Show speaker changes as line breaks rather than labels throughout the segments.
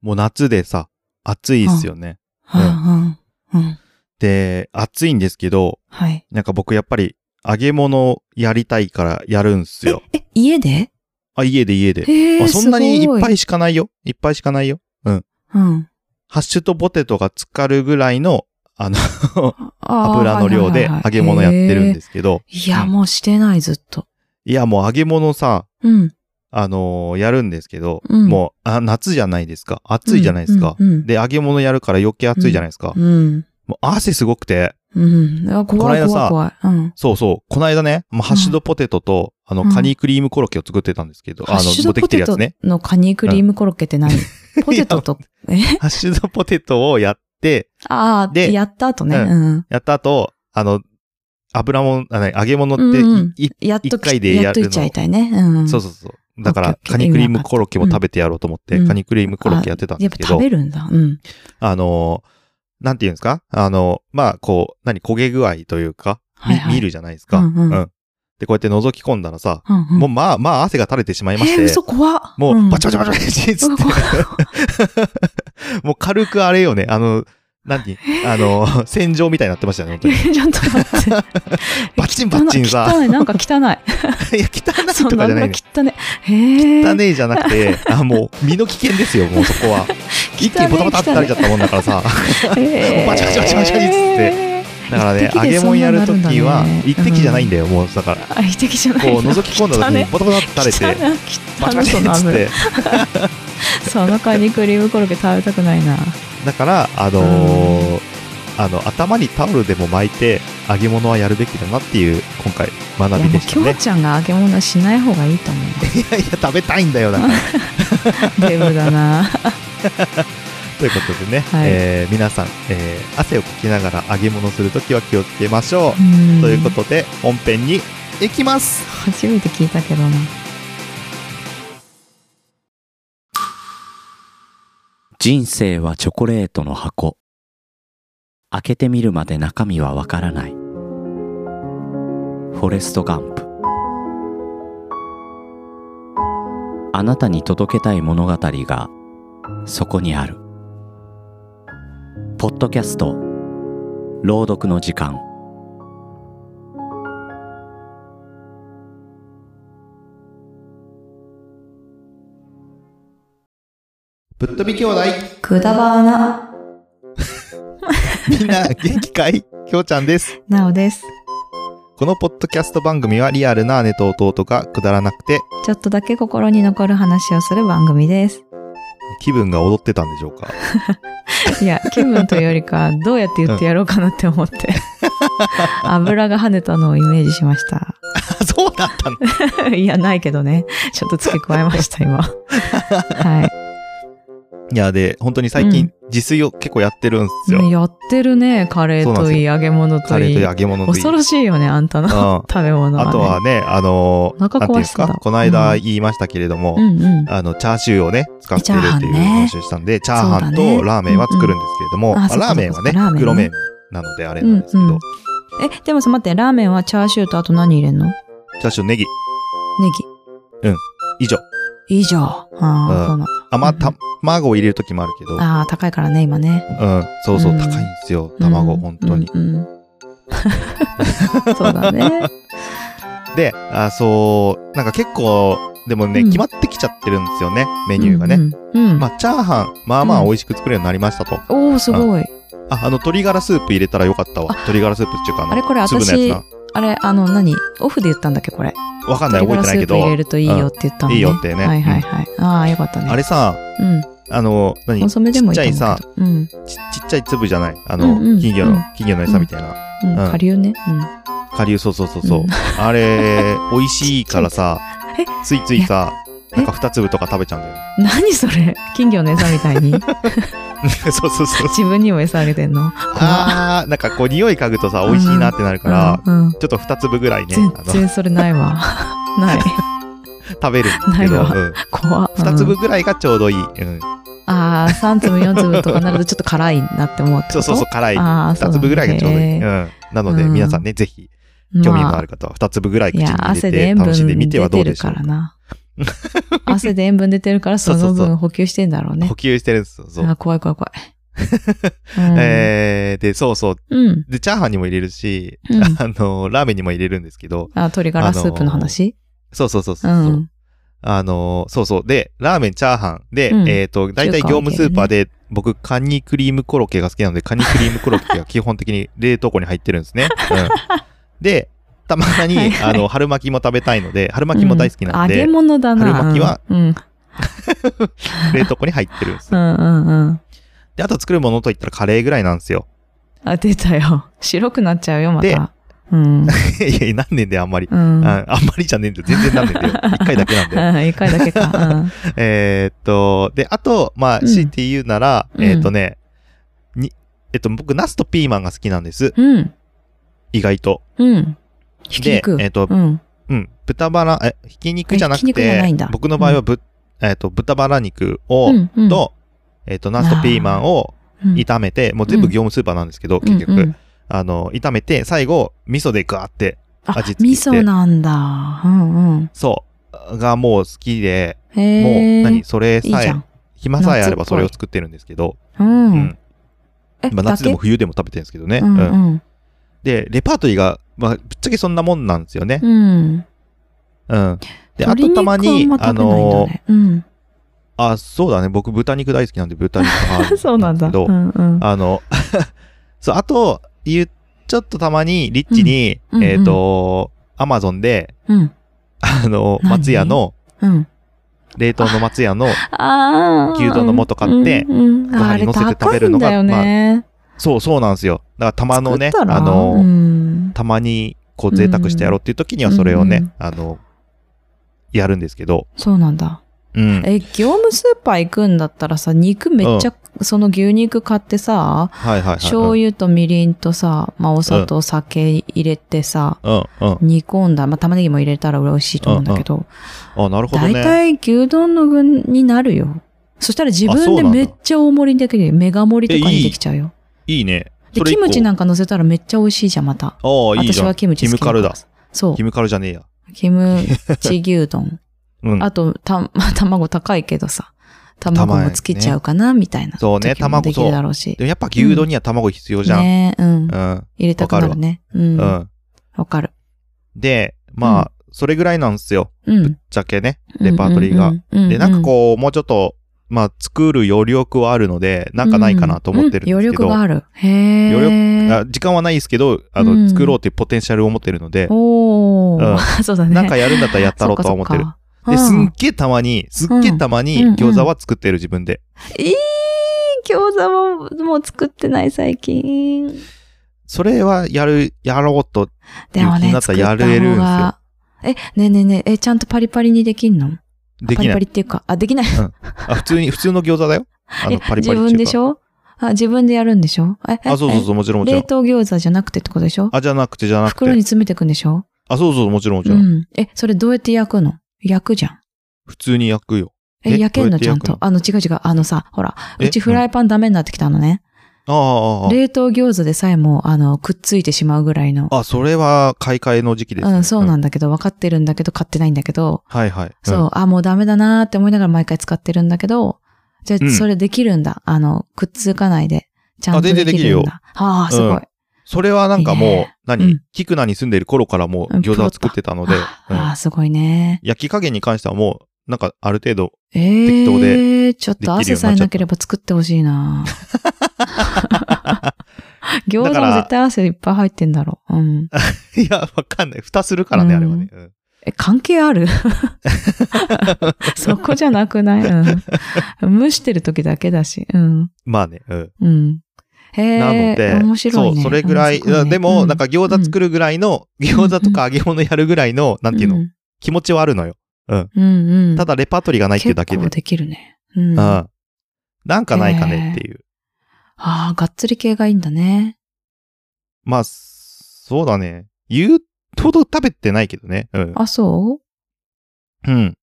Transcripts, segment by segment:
もう夏でさ、暑いっすよね。
はあ、うん。うん。
で、暑いんですけど、
はい。
なんか僕やっぱり揚げ物やりたいからやるんすよ。
え、家で
あ、家で家で。
へ
あそんなにいっぱ
い。
いしかないよ。いっぱいしかないよ。
うん。
ハッシュとポテトが浸かるぐらいの、あの、
あー
油の量で
はいはいはい
揚げ物やってるん
へ
ですけど、
ーいや、もうしてない、ずっと。
いや、もう揚げ物さ、
うん。
あのーやるんですけど、
うん
もう、あ、夏じゃないですか。暑いじゃないですか。
うんうん
で、揚げ物やるから余計暑いじゃないですか。
うん。
もう汗すごくて、
うん。あ怖い
この間
怖
さ
い怖い。うん。
そうそう、この間ね、もうハッシュドポテトと、あ
うん
の、カニクリームコロッケを作ってたんですけど、
ハッ
あの、
シ
持
ュド
ってき
ポ
てる
テ
や
ト
つね。
のカニクリームコロッケって何 ポテトと、え
ハッシュドポテトをやって、
ああ、
で
やった後ね。
う
うん。
やった後、あの、油もん、あね揚げ物ってい、
うんうん
い
やっと
一回
き、
でやるの
やっといちゃいたいね。うん。
そうそうそう。だか
オッ
ら、
ケーオッケー
カニクリームコロッケも食べてやろうと思って、
うん
カニクリームコロッケやってたんで
やっ
す
ぱ
けど、
食べるんだ。うん。
あのー、なんて言うんですかあのー、まあ、こう、何、焦げ具合というか、み
はいはい
見るじゃないですか、
うんうん
で、こうやって覗き込んだらさ、
うんうん
もうまあまあ汗が垂れてしまいまし
えー、嘘
て、
怖っ
もう、バチバ
バ
チバチバチっつっ
うわ
て、もう軽くあれよね、あの、何、あのー、戦場みたいになってましたね、本当に。
チ。 ちょっと待って。
バッチンバッチンさ
汚い、汚いなんか 汚い。
いや、汚い
そう、
とかじ
なん
ゃ
か
ないね。
汚い。へえ。
汚ねえじゃなくて、あ、もう、身の危険ですよ、もうそ こは。一気にボタボタって垂れちゃったもんだからさ。
へー
バチバチバチバチっつって。だからね、
一
揚
滴で
げ物やるときは
そんなになるんだね、
一滴じゃないんだよ、もう、だから。
あ、一滴じゃない。
こう、覗き込んだ時に ボタボタって
汚い
垂れて、バチ
汚い汚
バ
い
チっ
その
つっ
油
て。
そのカニクリームコロッケ食べたくないな。
だから、あのー、あの、頭にタオルでも巻いて、揚げ物はやるべきだなっていう、今回、学び
いやも
で
う
した
きょ
ね
う。ちゃんが揚げ物はしない方がいい と思う。
いやいや、食べたいんだよ、だから。
デブだな。
ということでね、
はい
えー皆さん、えー汗をかきながら揚げ物するときは気をつけましょう。
ん
ということで、本編に行きます
初めて聞いたけどな。
人生はチョコレートの箱開けてみるまで中身はわからないフォレスト・ガンプあなたに届けたい物語がそこにあるポッドキャスト朗読の時間
ぶっ飛び兄 弟
くだばな。
みんな元気かいきょうちゃんです。
なおです。
このポッドキャスト番組はリアルな姉と弟がくだらなくて
ちょっとだけ心に残る話をする番組です。
気分が踊ってたんでしょう か
いや、気分というよりか、どうやって言ってやろうかなって 思って。油が跳ねたのをイメージし ました。
あそうだったの
いや、ないけどね。ちょっと付け加えました、今。はい
や、で、本当に最近自炊を結構やってるんです
い。
よ。
ねやってるね。カレーといい、揚げ物
カ
と
レー
い
と
い。
揚げ物といい。
恐ろしいよね、あんたの
うん
食べ物は、ね。
あとはね、あのー、
お腹
なんていうん
壊
です
すん
か
だ
この間
うん
言いましたけれども、
うんうん。
あの、チャーシューをね、使ってるっていう
チャーハンね
話をしたんで、チャーハン
そうだね
とラーメンは作るんですけれど
う
も、
んうんあ
ま
そ
あ
っか
ラーメンはね、
そっかラーメンね
袋麺なのであれなんですけど、
うんうんえ、でもさ、待って、ラーメンはチャーシューとあと何入れんのネ
チャーシューネギ、以上。
ギ。以上。あ
うん
あ、そうなんだ。
あ、まあ、
う
た
ん
卵を入れるときもあるけど、
ああ、高いからね、今ね。
うん、そうそう、
うん
高いんですよ、卵、
うん
本当に。。
うんうん そうだね。
で、あ、そう、なんか結構、でもね、
うん
決まってきちゃってるんですよね、メニューがね。
うんうん。うん
まあ、チャーハン、まあまあ美味しく作れるようになりましたと。
おー、すごい。
あ、あの、鶏ガラスープ入れたらよかったわ。鶏ガラスープっていうか、あ
あれこれ
の、粒のや
あれ、あの、何オフで言ったんだっけ、これ。
つな。わかんない、
鶏
覚えて
ガラス
ないけ
ープ
ど
入れ。るといいよって言ったのね。
うんいいよってね
はいはいはい。ああ、よかったね。
あれさ、
うん。
あの、何
コンソメでもいいと思う
ち
けど。
っち
うん。
ちちっちゃい粒じゃない。あの、
うんうん
金魚の、
うん
金魚の餌みたいな。
うん。
うん
下流ね。うん。
顆粒、そうそうそうそう。
うん
あれ、美味しいからさ、
え
ついついさ、
え
なんか二粒とか食べちゃうんだよね。
何それ金魚の餌みたいに
そうそうそう。
自分にも餌あげてんの怖っ
あー、なんかこう匂い嗅ぐとさ、美味しいなってなるから、
うんうん
ちょっと二粒ぐらいね、
全
あの
然それな いわない
食べるんだけど、
ないわ
うん
怖っ
二
う
粒
ん
ぐらいがちょうどいい。うん。
ああ3粒4粒とかなるとちょっと辛いなって思って
そうそうそう、辛い。
あーそ
二
うなんだ
粒ぐらいがちょうどいい。うん。なので、
うん
皆さんね、ぜひ、
う
興味のある方は二粒ぐらい口
い
に
や
入れ
汗で
て
塩分
楽しんでみてはど
出
う
てる
でしょ
か
う
ら
か。
な汗で塩分出てるからそ
そうそ
の
うそう
分補給してんだろうね
補。給してるんですよ。そう。
あ怖い怖い怖い。う ん
えー、で、そうそう。
うん。
で、チャーハンにも入れるし、
うん
あの、ラーメンにも入れるんですけど、
あ、鶏ガラスープの話、
そうそうそうそううそう。
ん。
あのーそうそう。で、ラーメン、チャーハン。で、
うん
えっ、と、大体
中華
業
は
務スーパーで、僕、カニクリームコロッケが好きなので、カニクリームコロッケが 基本的に冷凍庫に入ってるんですね。うん、で、たまに、
はいはい
あの、春巻きも食べたいので、春巻きも大好きなの
うん揚
で
げ、物だな。
春巻きは
うん。
冷凍庫に入ってるんです
う。んうんうん。
で、あと作るものといったらカレーぐらいなんですよ。
あ、出たよ。 白くなっちゃうよ、ま
で
た。うん。
いや、何年であんまり。
うん。
ああんまりじゃねえんだよ。全然なんねえんだよ。一回だけなんだよ。
一回だけか。
えーっと、で、あと、まあ、
うん
強いて言うなら、
うん
えーっとね、に、えっと、僕、ナスとピーマンが好きなんです。
うん。うん。
意外と。
うん。ひき
で、え
肉。
ーっと
う、ん。
うん、豚バラ、え、ひき肉じゃなく
えひき肉じゃない
て
んだ、
僕の場合はぶ、えーっと、豚バラ肉を
う、んうん、
と、えーっと、ナスとピーマンを
うん、
炒めて、もう全部業務スーパーなんですけど、結
うんう
局
ん、
あの、炒めて、最後、味噌でガーって、
あ
味付けして
味噌なんだ。うんうん。
そう、がもう好きで、
へ
も
え。
う、何、それ
いい
さ
じ
え
ゃん。
暇さえあれば
夏っぽ
そ
い
れを作ってるんですけど、
う。
うんん。
え、
まあ、夏でも冬でも食べてるんですけどね。
だけうん
うん
うん。
で、レパートリーが、まあ、ぶっちゃけそんなもんなんですよね。
うん。
うん。で、あ
鶏
と
肉
たまに、
はあ
あ
んま食べないん
のー、
だねうん。
あ、そうだね。僕、豚肉大好きなんで、豚肉がある
そうなんだ。
けど
うんうん。
あの、 そう、あと、言う、ちょっとたまに、リッチに、
うんうんうん
えっ、と、アマゾンで、
うん。
あの、
何
松屋の、
うん。
冷凍の松屋の、
ああ。
牛丼の素買って
うんうん
ご飯に乗せて食べるのが
あれ高いんだよね。
そう、そうなんですよ。だから、たまのね、
作ったら
あの、
うん
たまに、こう、贅沢してやろうっていう時には、それをね、あの、やるんですけど、
そうなんだ。
うん。
え、業務スーパー行くんだったらさ、肉めっちゃ、その牛肉買ってさ、
はいはいはい。
醤油とみりんとさ、まあお砂糖、酒入れてさ、
うん、うん。
煮込んだ、まあ玉ねぎも入れたら俺美味しいと思うんだけど、
あ、なるほど
大
ね。
体、牛丼の具になるよ。そしたら自
あそ
分
う
で
なんだ
めっちゃ大盛りできるよ。メガ盛りとかにできちゃうよ。
いいね。
で、
それ
キ
一個
ムチなんか乗せたらめっちゃ美味しいじゃん、また。
ああ、いいじ
私
ゃん。
はキムチ好き
キムカルだ
からさ。そう
キ。ムカルじゃねえや。
キムチ牛丼。
うん。
あと、た、卵高いけどさ、卵もつけちゃうかな、みたいな。
そうね
時もできるだろうし
で。もやっぱ牛丼には卵必要じゃん。
ねうん
う。ん。
入れたくなるね。う。
うんん。
わかる。
で、まあ、それぐらいなんですよ。
うん。
じゃけね。レパートリーが。
が
で、なんかこう、もうちょっと、まあ、作る余力はあるので、
う
なんかないかなと思ってるんですけど、
うん余力がある。へえ。
あ時間はないですけど、あ
う
の、
ん
作ろうっていうポテンシャルを持ってるので、
おお、 そうだね。
なんかやるんだったらやったろうとは思ってる
そ。かそっ
で、
か
すんげえたまに、すっげえたまに
うん
餃子は作ってる自分で。
ええ餃子ももう作ってない最近。
それはやる、やろうと。
でも
気に
ね、
なった
作っ
ら
た
や
方
れるんですよ
が。え、ねえねえねえ、え、ちゃんとパリパリにできんの
でき
パリ
な
パ
い。
リっていうか、あ、できない。
あ、普 通に、普通の餃子だよ。あの、
え
パリパリっていうか。
自分でしょあ、自分でやるんでしょえ、え
あ、そうそうそう、もちろん
え
もちろ
冷
ん。
凍餃子じゃなくてってことでしょ
あ、じゃなくてじゃなく
袋に
て。
詰めてくんでしょ
あ、そうそう、もちろんもち
う
ろん。
ん。え、それどうやって焼くの焼くじゃん。
普通に焼くよ。
え、
え
焼けんの
どう
ち
や
ゃ
っ
ん
て焼くの
と。あの、違う違う。あのさ、ほら、
え
うちフライパンダメになってきたのね。
あああ
冷凍餃子でさえも、あの、くっついてしまうぐらいの。
あ、あ、それは買い替えの時期ですね。
うん、そうなんんだけど、分かってるんだけど、買ってないんだけど、
はいはい。
そう、あ、もうダメだなーって思いながら毎回使ってるんだけど、じゃ
う
あ、
ん
それできるんだ。あの、くっつかないで。ちゃんと
あ全然
できる
で
ん
きる
だ。ああ、すごい。
それはなんか
いい
もう
ね、う
何
ん
キクナに住んでる頃からもう
うん
餃子は作ってたので、うん
ああ、すごいね。
焼き加減に関してはもう、なんかある程度、
え
適当
えー、ちょっ
できるようになっちゃった
と汗さえなければ作ってほし いな餃
だ
子
か
も
ら
絶対汗いっぱい入ってんだろう。うん。
いや、わかんない。蓋するからね、あれはね。うん
え、関係ある そこじゃなくない、うん、蒸してる時だけだし。うん。
まあね、うん。
うん。
な
へ
の
え、
で、
面白い
そ
ね。
う、それぐらい、
うんすごね
でも、なんか餃子作るぐらいの、餃子とか揚げ物やるぐらいの、なんていうの、
うん
気持ちはあるのよ。
うんうん。
ただレパートリーがないっていうだけで
結構。できるね。うん。
う
あ
ん。なんかないかねっていう。
あ、がっつり系がいいんだね。
まあ、そうだね。言うほど食べてないけどね。うん。
あ、そ
うん。
う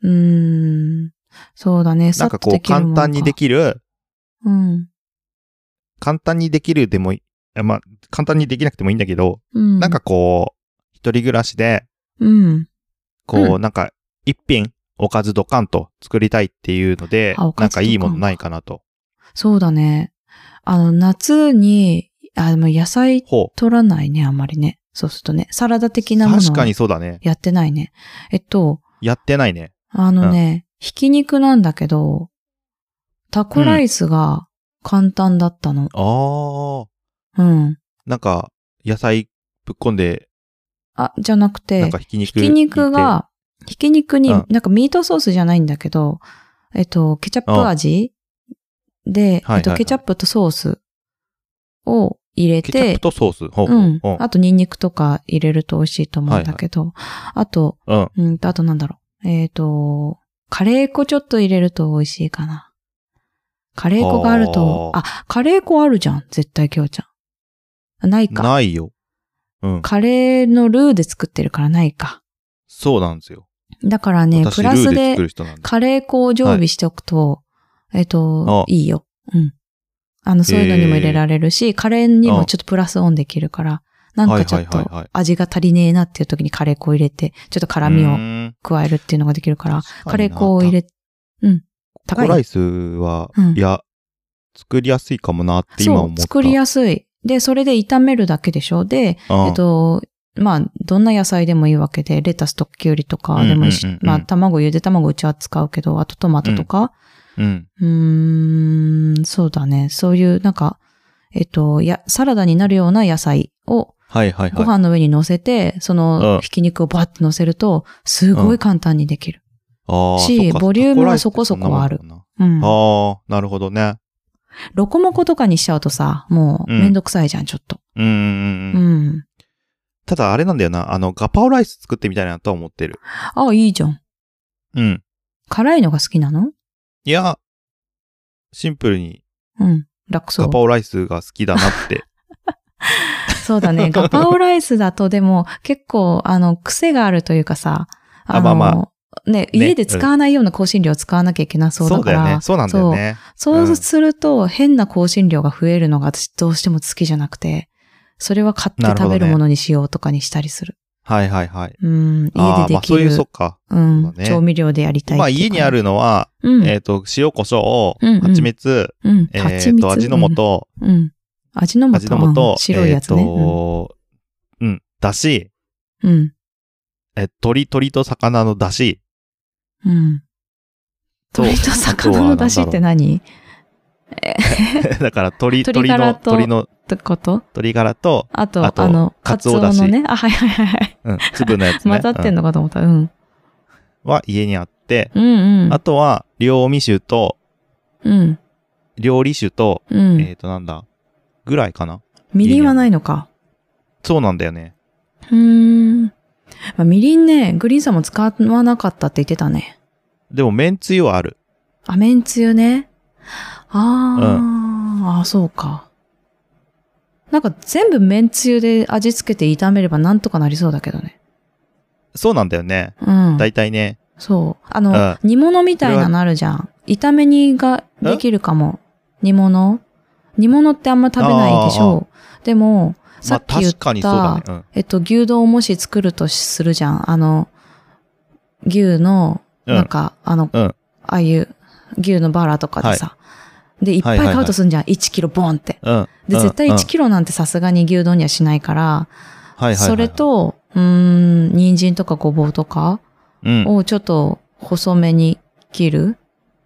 うーん。そうだね。
なんかこう、簡単にで
き
きる、
るもんか。
簡単にできるでもいいあまあ、簡単にできなくてもいいんだけど、
うん。うん。
なんか、こう、一人暮らしで、
うん。
こ
う
う、なんか、一品おかずドカンと作りたいっていうので
あお、か
なん
ずドカ
か
ン
いいものないかなと。
そうだね。あの、夏に、あ、でも野菜
ほう。
取らないね、あんまりね。そうするとね、サラダ的なもの
確か
は
にそうだね。
やってないね。えっと、
やってないね。
あのね、ひき肉なんだけど、タコライスが簡単だったの。
あー。
うん。
なんか、野菜ぶっこんで、
あ、じゃなく
な
て
んか、ひき肉。
ひき肉
入れて、
が、ひき肉に
うん、
なんかミートソースじゃないんだけど、えっと、ケチャップ味で、
はい
えっと、
はい
ケチャップとソースを入れ
ケチャッ
て
プ、とソース。ほう。
うん
ほ。
あと、ニンニクとか入れると美味しいと思うんだけど、あと、
ううん。
うんと、あとなんだろう。えっと、カレー粉ちょっと入れると美味しいかな。カレー粉があると、
あ
あ、カレー粉あるじゃん。絶対、きょうちゃんあ。ないか。
ないよ。うん。
カレーのルーで作ってるからないか。
そうなんですよ。
だからね、
私、
プ
ル
ラ
ーで
ス
作
で
る人なんで。
カレー粉を常備しておくと、えっ
あ、
といいよ。うん。あの、そういうのにも入れられるし、カレーにもちょっとプラスオンできるから、なんかちょっ
はい
と
はいはいはい
味が足りねえなっていう時にカレー粉を入れて、ちょっと辛味
う
を
ーん
加えるっていうのができるから、
確かにな
カレー粉を入れ、うん。
タ
高
コラ
い。
イスは、
うん
いや、作りやすいかもなって今
そ
思っ
う、
た。
作りやすい。で、それで炒めるだけでしょ。で、
うん
えっと、まあ、どんな野菜でもいいわけで、レタスときゅうりとかでもいいし
うんうんうん、うん
まあ、卵、ゆで卵うちは使うけど、あとトマトとか、
うん。
うーん、そうだね。そういう、なんか、えっと、や、サラダになるような野菜を
はいはいはい。
ご飯の上に乗せて、そ
うん
の、ひき肉をバーって乗せると、すごい簡単にできる。
あー
し
そっか
ボリュー
タ
ムは
コライスってんなもんだもんな
うん。
ああ、なるほどね。
ロコモコとかにしちゃうとさ、もう、
うん
めんどくさいじゃん、ちょっと。
うんうん
う
うん。
ん。
ただあれなんだよな。あの、ガパオライス作ってみたいなとは思ってる。
あ、いいじゃん。
うん。
辛いのが好きなの
いや、シンプルに
うん。楽そ
ガ
う
パ。オライスが好きだなって。
そう だね。ガパオライスだと、でも、結構、あの、癖があるというかさ、
あ
の、
まあま
ね、家で使わないような香辛料を使わなきゃいけな そうだ
だ
から。
よね。そうなんだよね。
そうすると、変な香辛料が増えるのが私どうしても好きじゃなくて、それは買って
なるほ
食
どね
べるものにしようとかにしたりする。
はいはいはい。
うん、
ああ
家で
ま
で
あ
き
そう
る、
いう、そっか。
うん
そうだね
調味料でやりたい
まあ
っていう
家
か
にあ、るのは、
うん、
えっと、塩、胡椒
うんうん、
蜂蜜、
うん、
え
蜂
っ
蜜
と、味の、素、
うん、うん味の素、
味の
うん
素、
白いやつね
えっ。と、うん、だし、
うん、うん
え、鳥、鳥と魚のだし。
うん。
と
鳥と魚の出汁って何
だから鳥、
鶏
鳥
ガラ
の、
と
鳥の、
ってこと
鶏ガラと、
あと、
あ
あ
と
の、
カ
カ
ツ
ツ
オ
オ
だし
のね。あ、はいはいはいはい。
うん、粒のやつね。
混ざってん
の、
のかと思った。うん。
は家にあって、
うんうん。
あとは、料味酒と、
うん。
料理酒と、
うん。
えっと、なんだ、ぐらいかな。
みりんはないのか。
そうなんだよね。
うーん。まあ、みりんね、グリーンさんも使わなかったって言ってたね。
でも、麺つゆはある。
あ、めんつゆね。あー、あ、そうか。なんか全部めんつゆで味付けて炒めればなんとかなりそうだけどね。
そうなんだよね。
うん。
だいたいね。
そう。あ
う
の
ん、
煮物みたいなのあるじゃん。炒め煮ができるかも。煮物煮物ってあんま食べないでしょ。でも、さ
まあ、
っき言っ
確
た、
かにそうだね。うん
えっと、牛丼をもし作るとするじゃん。あの、牛の、
うん
なんか、あの、
うん
ああいう、牛のバラとかでさ、で、いっ
は
ぱい
いはいはい
買
う
とすんじゃん。1キロボンって。
うん。
で、
うん
絶対
うん
1キロなんてさすがに牛丼にはしないから、
はいはいはい
それ、と、うーん、人参とかごぼうとか
うん。
をちょっと細めに切る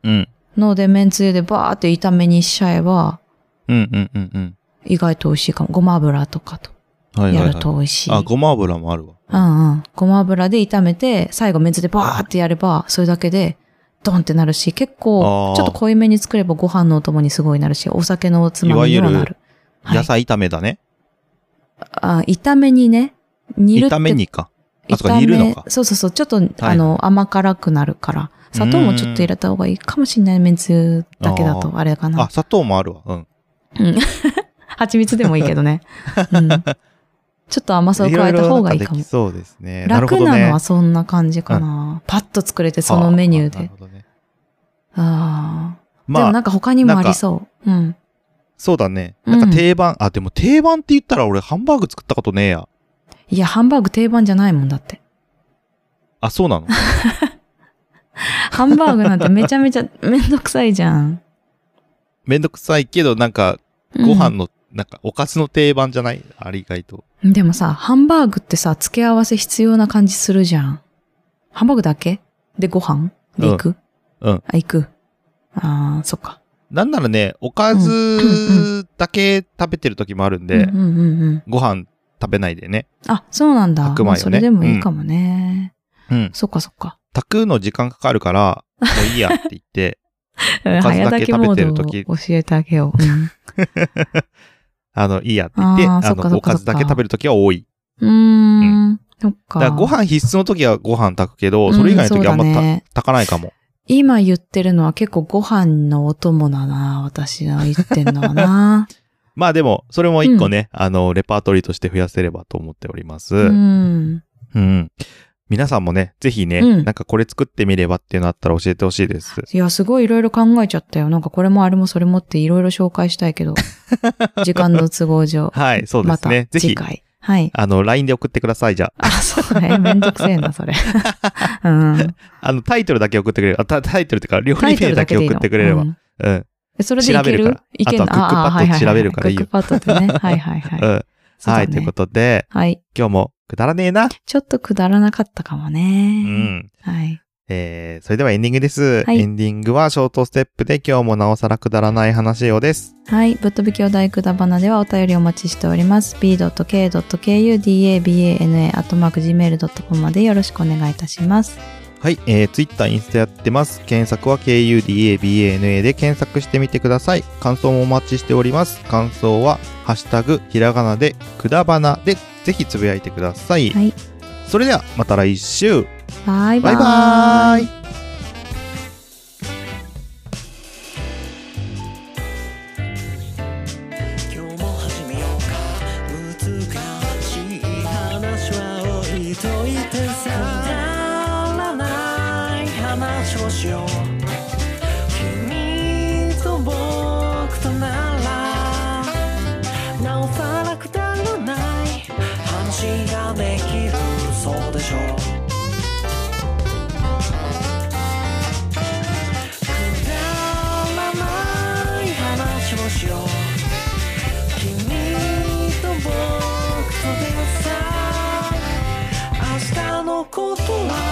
うん。
ので、めんつゆでバーって炒めにしちゃえば、
うんうんうんうん。
意外と美味しいかも。ごま油とかと
はいはい
や
はい。
ると美味しい。
あ、ごま油もあるわ。
うんうん。ごま油で炒めて、最後水でバーってやれば、それだけで、ドンってなるし、結
あ
構
ー、
ちょっと濃いめに作ればご飯のお供にすごいなるし、お酒のおつまみにも
いわ
な
ゆ
る。はい
野菜炒めだね。
あ炒めにね、煮るって。
炒めにか。あ、そうか、煮るのか。
そうそうそう。ちょっと、
はい
あの、甘辛くなるから。砂糖もちょっと入れた方がいいかもしれない。めんつゆだけだ
あ
と、あれか
あ
な、。
砂糖もあるわ。うん。
うん。蜂蜜でもいいけ どね。うん。ちょっと甘さを加えた方がいいか
ろろなんで
も
き。そうですね。るほ
楽
ど
な
ね
のはそんな感じかな。パッと作れて、そのメニュ
あ
ー
な
で
る。ほどね
ああ。でも
ま
な
あ、
んか他にもありそう。うん。
そうだね。
うん
なんか定番、あ、でも定番って言ったら俺ハンバーグ作ったことねえや。
いや、ハンバーグ定番じゃないもんだって。
あ、そうなの
ハンバーグなんてめちゃめちゃ めんどくさいじゃん。
めんどくさいけど、なんか、
うん
ご飯の、なんか、おかずの定番じゃないあれ意外と。
でもさ、ハンバーグってさ、付け合わせ必要な感じするじゃん。ハンバーグだけでご飯で行く、
うんうん
あ、行く。あー、そっか。
なんならね、おか
うん
ずだけ食べてる時もあるんで、
うんうんうんうん。
ご飯食べないでね。
あ、そうなんだ。
白米をね
まあそれでもいいかもね。
うん。
そっかそっか。
炊くの時間かかるから、もういいやって言っ て、
うん
ずだけ
早モ
食べてる
ー
時
ドを教えてあげよ う。うん
あの、いいやって言って、
あ
あ
ーそっかそっかそっか
の、おかずだけ食べる時は多い。
うーん。そっか。
だからご飯必須の時はご飯炊くけど、それ以外の時はあんま
う
た、
そうだね
炊かないかも。
今言ってるのは結構ご飯のお供だな。私が言ってんのはな。
まあでも、それも一個ね、あの、レパートリーとして増やせればと思っております。
う
うん。
ん。
皆さんもね、ぜひね、
うん
なんかこれ作ってみればっていうのあったら教えてほしいです。
いや、すごいいろいろ考えちゃったよ。なんかこれもあれもそれもっていろいろ紹介したいけ ど。時間の都合上。
はいそうですね
また
ぜひ
次回。はい。
あの、LINE で送ってください、じゃあ。
あ、そ うね。めんどくせえな、それ。うん。
あの、タイトルだけ送ってくれる。あタタイトルっていうか、料
タ
理
イト
名
ル
だ
だけ
け
でいい
送
の
ってくれれば。
う
うんん。うん。
それでい
調べ
け
るか
る
ら
いけ
あとは
ああ
クックパッド
はいはいはい
調べるからいいよ
クックパッド でね。はいはいはい。そうだ
は
ね
い、ということで、
はい。
今日もくだらねえな。
ちょっとくだらなかったかもね。
うん。
はい。
えー、それではエンディングです。
はい
エンディングはショートステップで今日もなおさらくだらない話をです。
はい。ぶっ飛び兄弟くだばなではお便りお待ちしております。b.k.kudabana.gmail.com までよろしくお願いいたします。
はい、えー、Twitter、インスタやってます。検索は KUDABANA で検索してみてください。感想もお待ちしております。感想は、ハッシュタグ、ひらがなで、くだばなで、ぜひつぶやいてください。
はい。
それでは、また来週
バイバ
バ
ー
イ
イ。
バーイ
今日も始めようか難しい話は置いといてさくだらない話をしよう君と僕とならなおさらくだらない話ができるそうでしょうくだらない話をしよう「君と僕とでさ明日のことは